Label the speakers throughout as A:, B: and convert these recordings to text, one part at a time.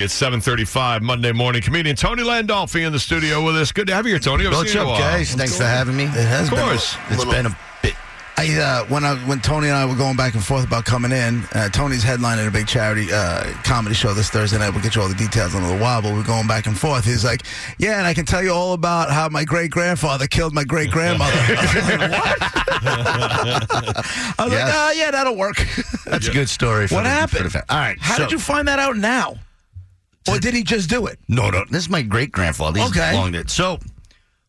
A: It's 7:35 Monday morning. Comedian Tony Landolfi in the studio with us. Good to have you, here, Tony. I've
B: What's
A: seen you in a
B: up,
A: while.
B: guys? Thanks for having me. It has
A: Of course.
B: Been, it's been a bit. I uh, when I when Tony and I were going back and forth about coming in, uh, Tony's headlining a big charity uh, comedy show this Thursday night. We'll get you all the details in a little while, but we're going back and forth. He's like, "Yeah," and I can tell you all about how my great grandfather killed my great grandmother. I was
C: Yes.
B: like, "Ah, yeah, that'll work."
C: That's a good story. For
B: what
C: the- for
B: happened?
C: the fa- All right.
B: How
C: so-
B: did you find that out now, or did he just do it?
C: No, no. This is my great grandfather. He's
B: Okay.
C: long dead. So,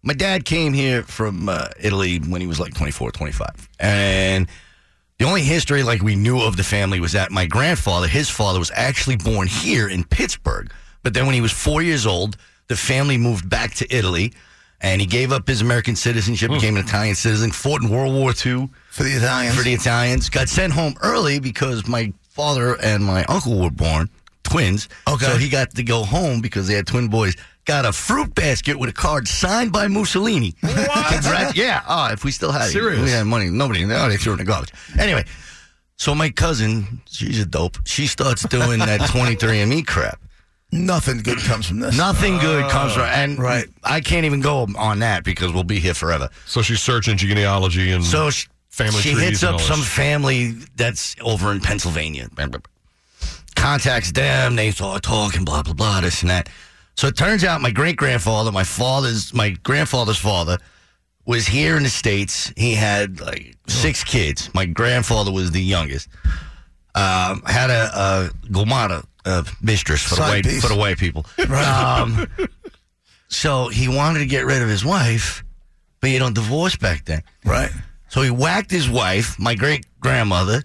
C: my dad came here from uh, Italy when he was like 24, 25. And the only history like we knew of the family was that my grandfather, his father, was actually born here in Pittsburgh. But then when he was four years old, the family moved back to Italy. And he gave up his American citizenship,
B: Hmm.
C: became an Italian citizen, fought in World War II.
B: For the Italians,
C: for the Italians. Got sent home early because my father and my uncle were born twins.
B: Okay.
C: So he got to go home because they had twin boys. Got a fruit basket with a card signed by Mussolini. What? yeah. Oh, if we still had
A: Serious?
C: it, we had money. Nobody. No, they threw it in the garbage. Anyway, so my cousin, she's a dope. She starts doing that 23andMe crap.
B: Nothing good comes from this.
C: Nothing good comes from and
B: Right.
C: I can't even go on that because we'll be here forever.
A: So she's searching genealogy and
C: So she,
A: Family
C: she
A: trees
C: hits
A: and
C: up
A: all
C: some
A: this.
C: family that's over in Pennsylvania. Contacts them. They start talking, blah blah blah, this and that. So it turns out my great grandfather, my father's, my grandfather's father, was here in the states. He had like
A: Oh.
C: six kids. My grandfather was the youngest. Um, had a, a gomata uh, mistress for
B: Side
C: the white
B: piece.
C: for the white people. Um, so he wanted to get rid of his wife, but you don't divorce back then.
B: Right.
C: So he whacked his wife, my great grandmother,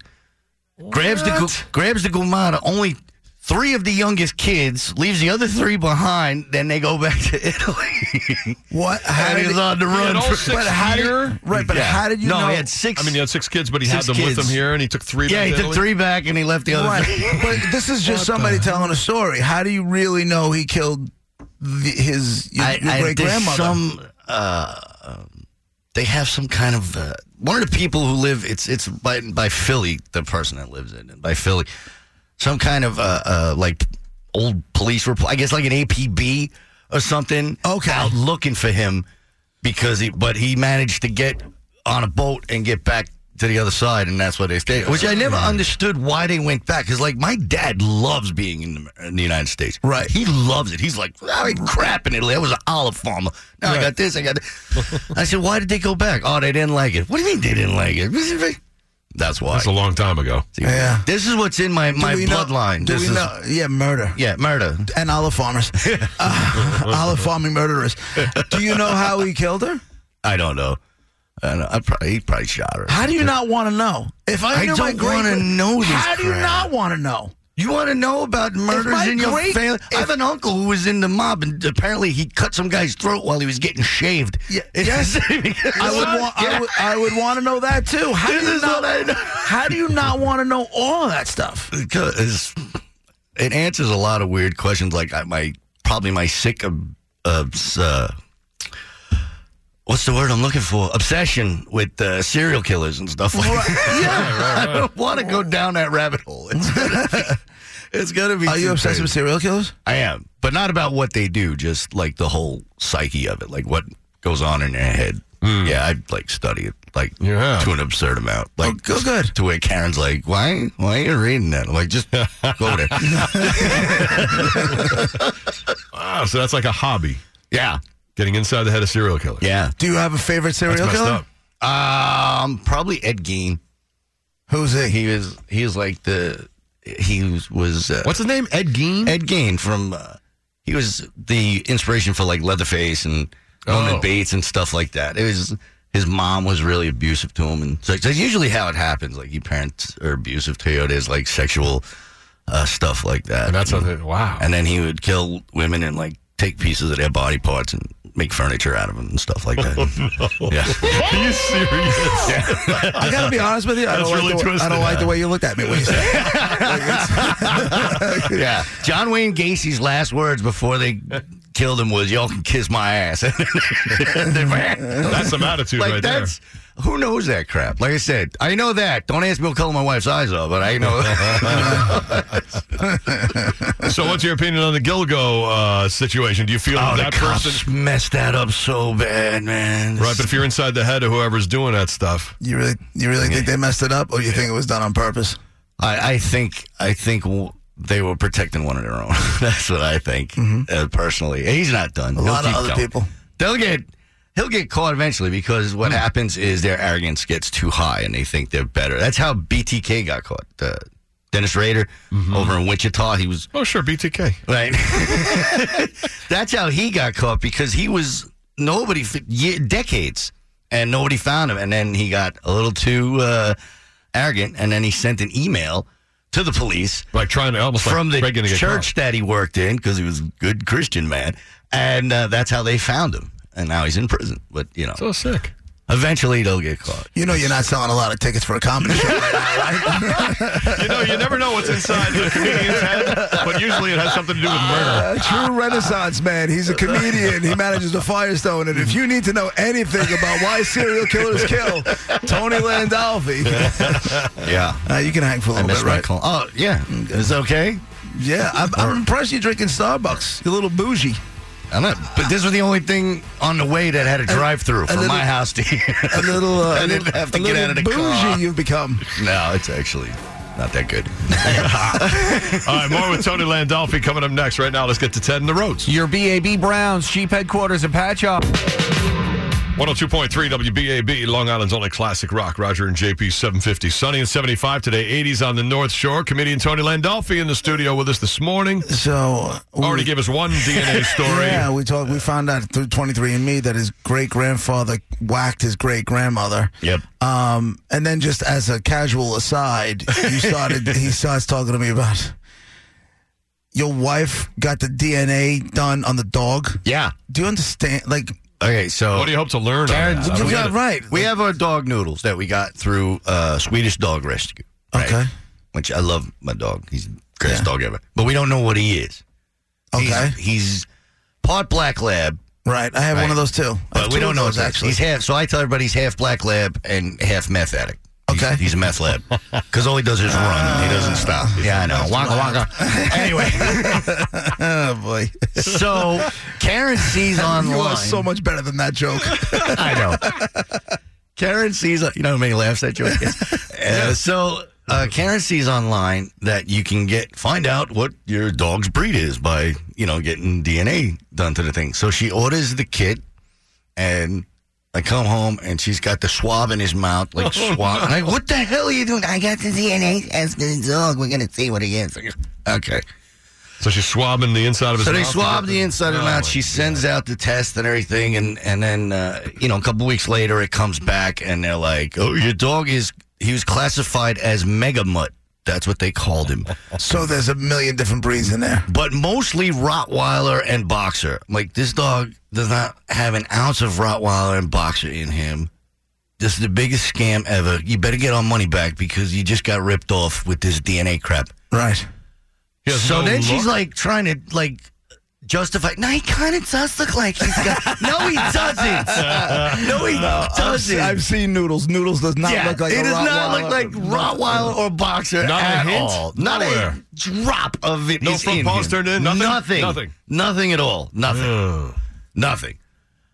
C: grabs the gu- grabs the gumata. Only three of the youngest kids leaves the other three behind. Then they go back to Italy.
B: What?
C: and
B: did
C: he's
B: he-
C: on the run.
A: had all
C: for-
A: six
C: but how did-
A: here?
B: Right, but how did you
C: no,
B: know-
C: he had six.
A: I mean, he had six kids, but he
C: Six
A: had them with
C: kids.
A: him here, and he took three.
C: yeah,
A: back
C: he
A: to
C: took
A: Italy?
C: three back and he left the other three.
B: Right. but this is just somebody telling a story. How do you really know he killed the, his your,
C: I- I-
B: great grandmother?
C: There's some. Uh, um, they have some kind of uh, one of the people who live. It's it's by by Philly. The person that lives in by Philly, some kind of uh, uh like old police report. I guess like an APB or something.
B: Okay.
C: out looking for him because he but he managed to get on a boat and get back. To the other side, and that's where they stayed. Which I
B: Hmm.
C: never understood why they went back. Because, like, my dad loves being in the, in the United States.
B: Right.
C: He loves it. He's like, I mean, crap in Italy. I was an olive farmer. Now I got this. I got that. I said, why did they go back? Oh, they didn't like it. What do you mean they didn't like it? That's why.
A: That's a long time ago.
B: Yeah.
C: This is what's in my,
B: Do
C: my
B: we know-
C: bloodline.
B: do
C: This
B: we
C: is,
B: know- yeah, murder.
C: Yeah, murder.
B: And olive farmers. Uh, olive farming murderers. Do you know how he killed her?
C: I don't know. I don't know. I probably, he probably shot her.
B: How do you not want to know? If I,
C: I
B: knew my
C: don't
B: great-
C: wanna know this
B: How do you
C: crap.
B: not want to know?
C: You want to know about murders
B: my
C: in your
B: great-
C: family? I
B: if-
C: have an uncle who was in the mob, and apparently he cut some guy's throat while he was getting shaved.
B: Yeah, yes. I would, wa- I would. I would want to know that too. How do
C: This
B: you
C: is
B: not?
C: what I know.
B: How do you not want to know all of that stuff?
C: because it answers a lot of weird questions. Like I, my probably my sick um, uh, s- uh, what's the word I'm looking for? Obsession with uh, serial killers and stuff like that.
B: Yeah.
C: I don't want to go down that rabbit hole. It's gonna be, it's gonna be
B: Are you
C: too
B: obsessed
C: crazy.
B: with serial killers?
C: I am, but not about what they do, just like the whole psyche of it, like what goes on in their head. Yeah, I like study it like
A: Yeah.
C: to an absurd amount. Like
B: Oh, good, good.
C: To where Karen's like, why, why are you reading that? I'm like, just go there.
A: Wow, so that's like a hobby,
C: yeah,
A: getting inside the head of serial killer.
C: yeah.
B: Do you have a favorite serial
A: That's messed
B: killer?
A: up.
C: Um, probably Ed Gein.
B: Who's he?
C: He was he was like the he was, was uh,
A: What's his name? Ed Gein.
C: Ed Gein from uh, he was the inspiration for like Leatherface and Norman
A: Oh.
C: Bates and stuff like that. It was his mom was really abusive to him, and so that's usually how it happens. Like your parents are abusive to you. There's like sexual uh, stuff like that.
D: And that's how they, wow.
C: And then he would kill women and like take pieces of their body parts and make furniture out of them and stuff like that. Yeah.
A: Are you serious?
B: I gotta be honest with you. I
A: That's
B: don't,
A: really
B: like, the, way- I
A: twisted.
B: don't like the way you looked at me when you said that. Like, it's-
C: yeah. John Wayne Gacy's last words before they killed him was, "Y'all can kiss my ass." And then ran.
A: That's some attitude
C: like
A: right
C: that's who knows that crap. Like I said, I know that. Don't ask me what color my wife's eyes are, but I know.
A: there. So, what's your opinion on the Gilgo uh, situation? Do you feel
C: oh,
A: that
C: the cops
A: person?
C: messed that up so bad, man.
A: Right, but if you're inside the head of whoever's doing that stuff,
B: you really, you really think they messed it up, or you think it was done on purpose?
C: I, I think I think w- they were protecting one of their own. That's what I think uh, personally. He's not done.
B: A lot of other people.
C: They'll get he'll get caught eventually because what happens is their arrogance gets too high and they think they're better. That's how BTK got caught. Uh, Dennis Rader over in Wichita, he was
A: oh sure, BTK.
C: Right. That's how he got caught because he was nobody for ye decades and nobody found him. And then he got a little too uh, arrogant and then he sent an email to the police
A: Like trying to almost
C: from
A: like
C: the
A: Reagan to get
C: church that he worked in because he was a good Christian man. And uh, that's how they found him. And now he's in prison. But, you know,
A: caught. So sick.
C: eventually they'll get caught.
B: You know, you're not selling a lot of tickets for a comedy show right now, right?
A: You know, you never know what's inside the comedian's head, but usually it has something to do with murder.
B: A true renaissance man. He's a comedian. He manages the Firestone. And if you need to know anything about why serial killers kill, Tony Landolfi.
C: Yeah.
B: Uh, you can hang for a
C: I
B: little
C: missed
B: bit,
C: my
B: right?
C: call. Oh, yeah. Is it okay?
B: Yeah, I'm, I'm impressed you're drinking Starbucks. You're a little bougie.
C: I'm not, but this was the only thing on the way that had a drive through from
B: little-
C: my house to here.
B: A little, uh,
C: I
B: a
C: didn't
B: little-
C: have to
B: a
C: get
B: little
C: out of the
B: bougie
C: car.
B: you've become.
C: No, it's actually not that good.
A: All right, more with Tony Landolfi coming up next. Right now, let's get to Ted and the Roads.
E: Your BAB Browns, cheap headquarters and patch up.
A: 102.3 WBAB, Long Island's only classic rock. Roger and JP, 750. Sunny and 75 today, 80s on the North Shore. Comedian Tony Landolfi in the studio with us this morning.
B: So we-
A: Already gave us one DNA story.
B: Yeah, we talked. We found out through 23andMe that his great grandfather whacked his great grandmother.
C: Yep.
B: Um, and then just as a casual aside, you started. he starts talking to me about your wife got the DNA done on the dog.
C: Yeah.
B: Do you understand? Like,
C: Okay, so
A: What do you hope to learn? on
C: Karen,
A: that?
B: you
C: Uh, we
B: got
C: had-
B: right.
C: we have our dog noodles that we got through uh, Swedish Dog Rescue. right?
B: Okay.
C: Which I love my dog. He's the greatest
B: Yeah.
C: dog ever. But we don't know what he is. He's-
B: Okay.
C: he's part black lab,
B: right? I have one of those too. I have
C: But
B: two
C: Uh, we
B: of
C: don't know
B: those,
C: what's actually.
B: actually.
C: He's half. So I tell everybody he's half black lab and half meth addict. He's-
B: Okay.
C: he's, a meth lab because all he does is run. He doesn't stop. Yeah, I know. Waka waka. anyway,
B: oh boy,
C: so Karen sees online.
B: you are so much better than that joke.
C: I know. Karen sees. You know how many laughs that joke is. Uh, So uh, Karen sees online that you can get find out what your dog's breed is by you know getting DNA done to the thing. So she orders the kit, and I come home and she's got the swab in his mouth, like swab. And I, what the hell are you doing? I got the DNA as the dog. We're gonna see what he is. Okay.
A: So she's swabbing the inside of his
C: So they
A: mouth.
C: swab the inside of the mouth. She sends out the test and everything, and and then uh, you know a couple weeks later it comes back and they're like, "Oh, your dog is he was classified as mega mutt. That's what they called him,
B: so there's a million different breeds in there.
C: but mostly Rottweiler and boxer. I'm Like this dog does not have an ounce of Rottweiler and boxer in him. This is the biggest scam ever. You better get our money back because you just got ripped off with this DNA crap."
B: Right.
A: He has
C: So
A: no
C: then
A: look.
C: she's like trying to like justify. No, he kind of does look like he's got. no, he doesn't. No, he doesn't.
B: I've seen noodles. Noodles does not
C: yeah,
B: look like
C: he
B: a
C: does not
B: Rottweiler.
C: look like Rottweiler or boxer
A: Not a
C: at
A: hint?
C: all. Not
A: Nowhere.
C: a drop of it.
A: No
C: is
A: front
C: in
A: paws
C: him.
A: turned in? Nothing?
C: Nothing.
A: Nothing.
C: Nothing at all. Nothing. Nothing.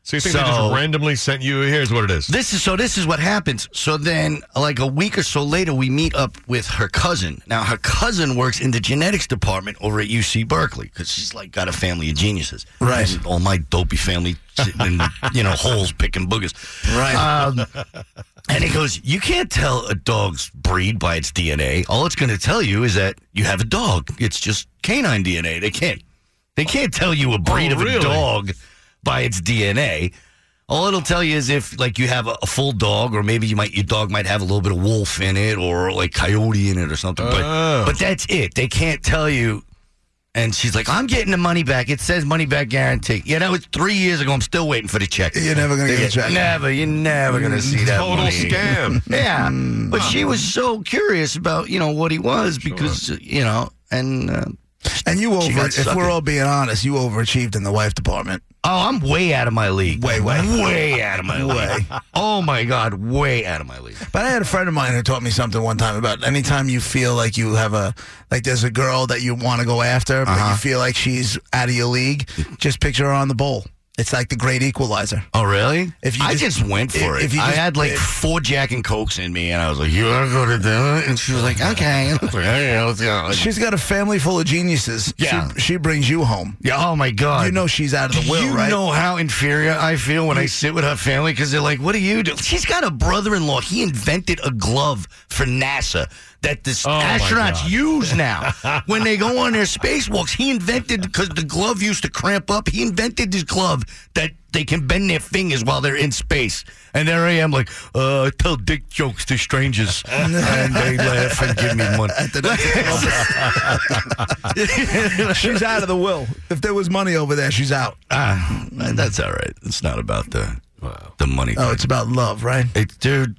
A: so you think they just
C: So-
A: randomly sent you? Here's what it is.
C: This is so. This is what happens. So then, like a week or so later, we meet up with her cousin. Now, her cousin works in the genetics department over at UC Berkeley because she's like got a family of geniuses.
B: Right.
C: And all my dopey family sitting in you know holes picking boogers.
B: Right.
C: Um, and he goes, "You can't tell a dog's breed by its DNA. All it's going to tell you is that you have a dog. It's just canine DNA. They can't. They can't tell you a breed
A: Oh,
C: of
A: really?
C: a dog by its DNA." All it'll tell you is if like you have a, a full dog, or maybe you might your dog might have a little bit of wolf in it, or like coyote in it, or something.
A: Oh.
C: But but that's it. They can't tell you. And she's like, "I'm getting the money back. It says money back guarantee." Yeah, that was three years ago. I'm still waiting for the check.
B: You're never gonna get a check.
C: Never. You're never gonna see that.
A: Total
C: money.
A: scam.
C: Yeah, but she was so curious about you know what he was because you know and uh,
B: And you
C: She
B: over,
C: got
B: if
C: suckered.
B: we're all being honest, you overachieved in the wife department.
C: oh, I'm way out of my league.
B: Way, way.
C: way out of my league. Oh my god, way out of my league.
B: But I had a friend of mine who taught me something one time about anytime you feel like you have a like there's a girl that you want to go after, but
C: Uh-huh.
B: you feel like she's out of your league, just picture her on the bowl. It's like the great equalizer.
C: Oh really?
B: If you
C: I
B: just-
C: just went for
B: if-
C: it.
B: if you
C: I
B: just-
C: had like four Jack and Cokes in me, and I was like, "You are gonna do it," and she was like, "Okay." And I was like, "Okay, let's go."
B: She's got a family full of geniuses.
C: Yeah.
B: She, she brings you home.
C: Yeah. Oh my god.
B: You know she's out of the
C: Do
B: will,
C: you
B: right?
C: know how inferior I feel when I sit with her family because they're like, "What do you do?" She's got a brother-in-law. He invented a glove for NASA that the
B: Oh,
A: my
C: astronauts
A: God.
C: use now when they go on their spacewalks. He invented because the glove used to cramp up. He invented this glove that they can bend their fingers while they're in space. And there I am, like, uh, I tell dick jokes to strangers, and they laugh and give me money.
B: she's out of the will. If there was money over there, she's out.
C: ah, that's all right. It's not about the the money.
B: Oh,
C: thing.
B: it's about love, right?
C: It's dude.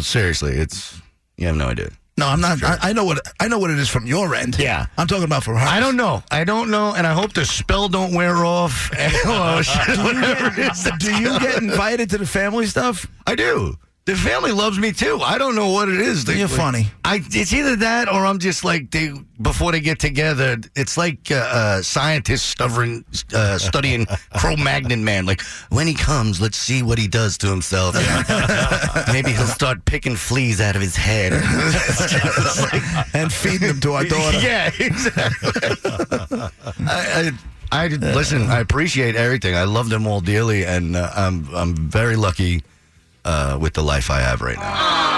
C: Seriously, it's you have no idea.
B: No, I'm not. I, I know what I know what it is from your end.
C: Yeah.
B: I'm talking about from her.
C: I don't know. I don't know, and I hope the spell don't wear off. Whatever it is that's
B: Do you get invited to the family stuff?
C: I do. The family loves me too. I don't know what it is. They-
B: You're
C: like,
B: funny.
C: I it's either that or I'm just like they before they get together. It's like uh, uh, scientists studying uh, studying Cro-Magnon man. Like when he comes, let's see what he does to himself. you know? Maybe he'll start picking fleas out of his head. It's just like-
B: And feeding them to our daughter.
C: Yeah, exactly. I, I, I listen. I appreciate everything. I love them all dearly, and uh, I'm I'm very lucky uh, with the life I have right now.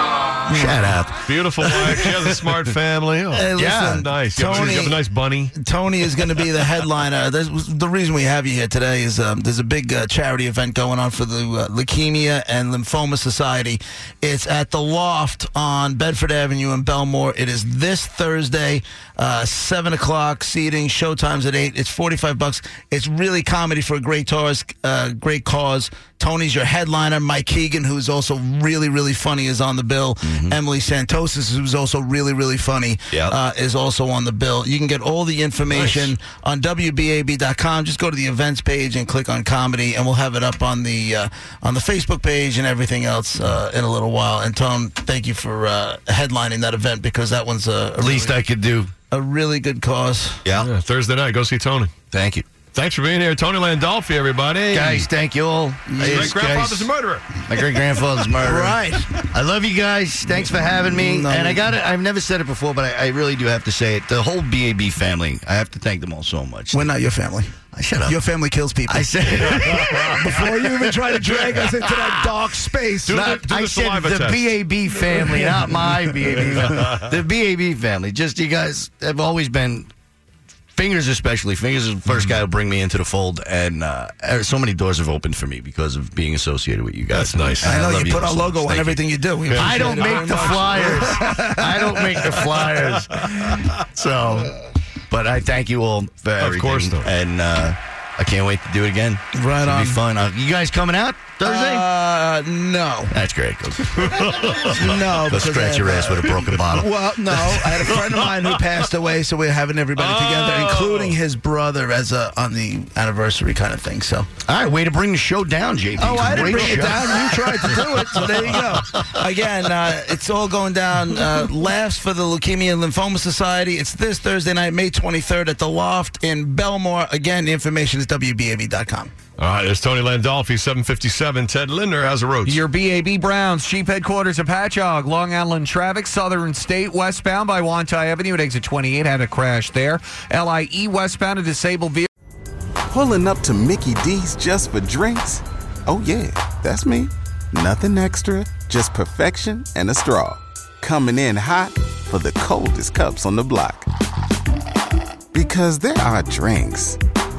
C: Shut up.
A: Beautiful wife. She has a smart family. Oh,
B: Hey,
C: Yeah,
B: listen,
A: nice. You have, a,
B: Tony,
A: you have a nice bunny.
B: Tony is going to be the headliner. There's, the reason we have you here today is um, there's a big uh, charity event going on for the uh, Leukemia and Lymphoma Society. It's at the Loft on Bedford Avenue in Belmore. It is this Thursday, uh, seven o'clock. Seating showtimes at eight. It's forty five bucks. It's really comedy for a great cause. Uh, great cause. Tony's your headliner. Mike Keegan, who's also really really funny, is on the bill. Emily Santosis, who's also really really funny,
C: Yep.
B: uh, is also on the bill. You can get all the information on WBAB.com. Just go to the events page and click on comedy, and we'll have it up on the uh, on the Facebook page and everything else uh, in a little while. And Tom, thank you for uh, headlining that event because that one's a, a,
C: Least I could do.
B: a really good cause.
C: Yeah.
A: Yeah, Thursday night, go see Tony.
C: Thank you,
A: Thanks for being here, Tony Landolfi, everybody.
C: guys. Thank you all.
A: my
C: Yes,
A: grandfather's
C: guys.
A: a murderer.
C: My great grandfather's murderer.
B: Right.
C: I love you guys. Thanks for having me.
B: No,
C: and I
B: you-
C: got it. I've never said it before, but I, I really do have to say it. The whole BAB family. I have to thank them all so much.
B: We're not your family.
C: Shut up.
B: Your family kills people.
C: I said.
B: Before you even try to drag us into that dark space.
A: Do
C: Not-
A: the- do
C: I
A: the
C: said
A: saliva
C: the
A: test.
C: BAB family, not my BAB. the BAB family. Just you guys have always been. Fingers, especially fingers, is the first guy who bring me into the fold, and uh, er, so many doors have opened for me because of being associated with you guys.
A: That's nice.
C: And
B: I know
C: love
B: you put
C: all
B: our
C: so
B: logo
C: much.
B: on
C: Thank you.
B: everything you, do. We
C: I don't
B: appreciate it
C: make the
B: very much.
C: flyers. I don't make the flyers. So, but I thank you all for everything.
A: course, though.
C: and uh, I can't wait to do it again.
B: Right
C: It'll
B: on.
C: be fun. Uh, you guys coming out Thursday?
B: Uh, no.
C: That's great. Go,
B: No.
C: go
B: Oh, because I
C: scratch
B: have,
C: your
B: uh,
C: ass with a broken bottle.
B: Well, no. I had a friend of mine who passed away, so we're having everybody together, including his brother, as a on the anniversary kind of thing. So,
C: All right, way to bring the show down, JP.
B: oh, I didn't
C: Great
B: bring it
C: show.
B: down. You tried to do it, so there you go. Again, uh, it's all going down. Uh, laughs for the Leukemia and Lymphoma Society. It's this Thursday night, May 23rd, at the Loft in Belmore. Again, the information is wbab.com.
A: All right, there's Tony Landolfi, 757. Ted Linder has a road.
E: Your BAB Browns, cheap headquarters of Patchogue, Long Island traffic, Southern State, westbound by Wantai Avenue at exit 28, had a crash there. LIE westbound, a disabled vehicle.
F: Pulling up to Mickey D's just for drinks? Oh, yeah, that's me. Nothing extra, just perfection and a straw. Coming in hot for the coldest cups on the block. Because there are drinks,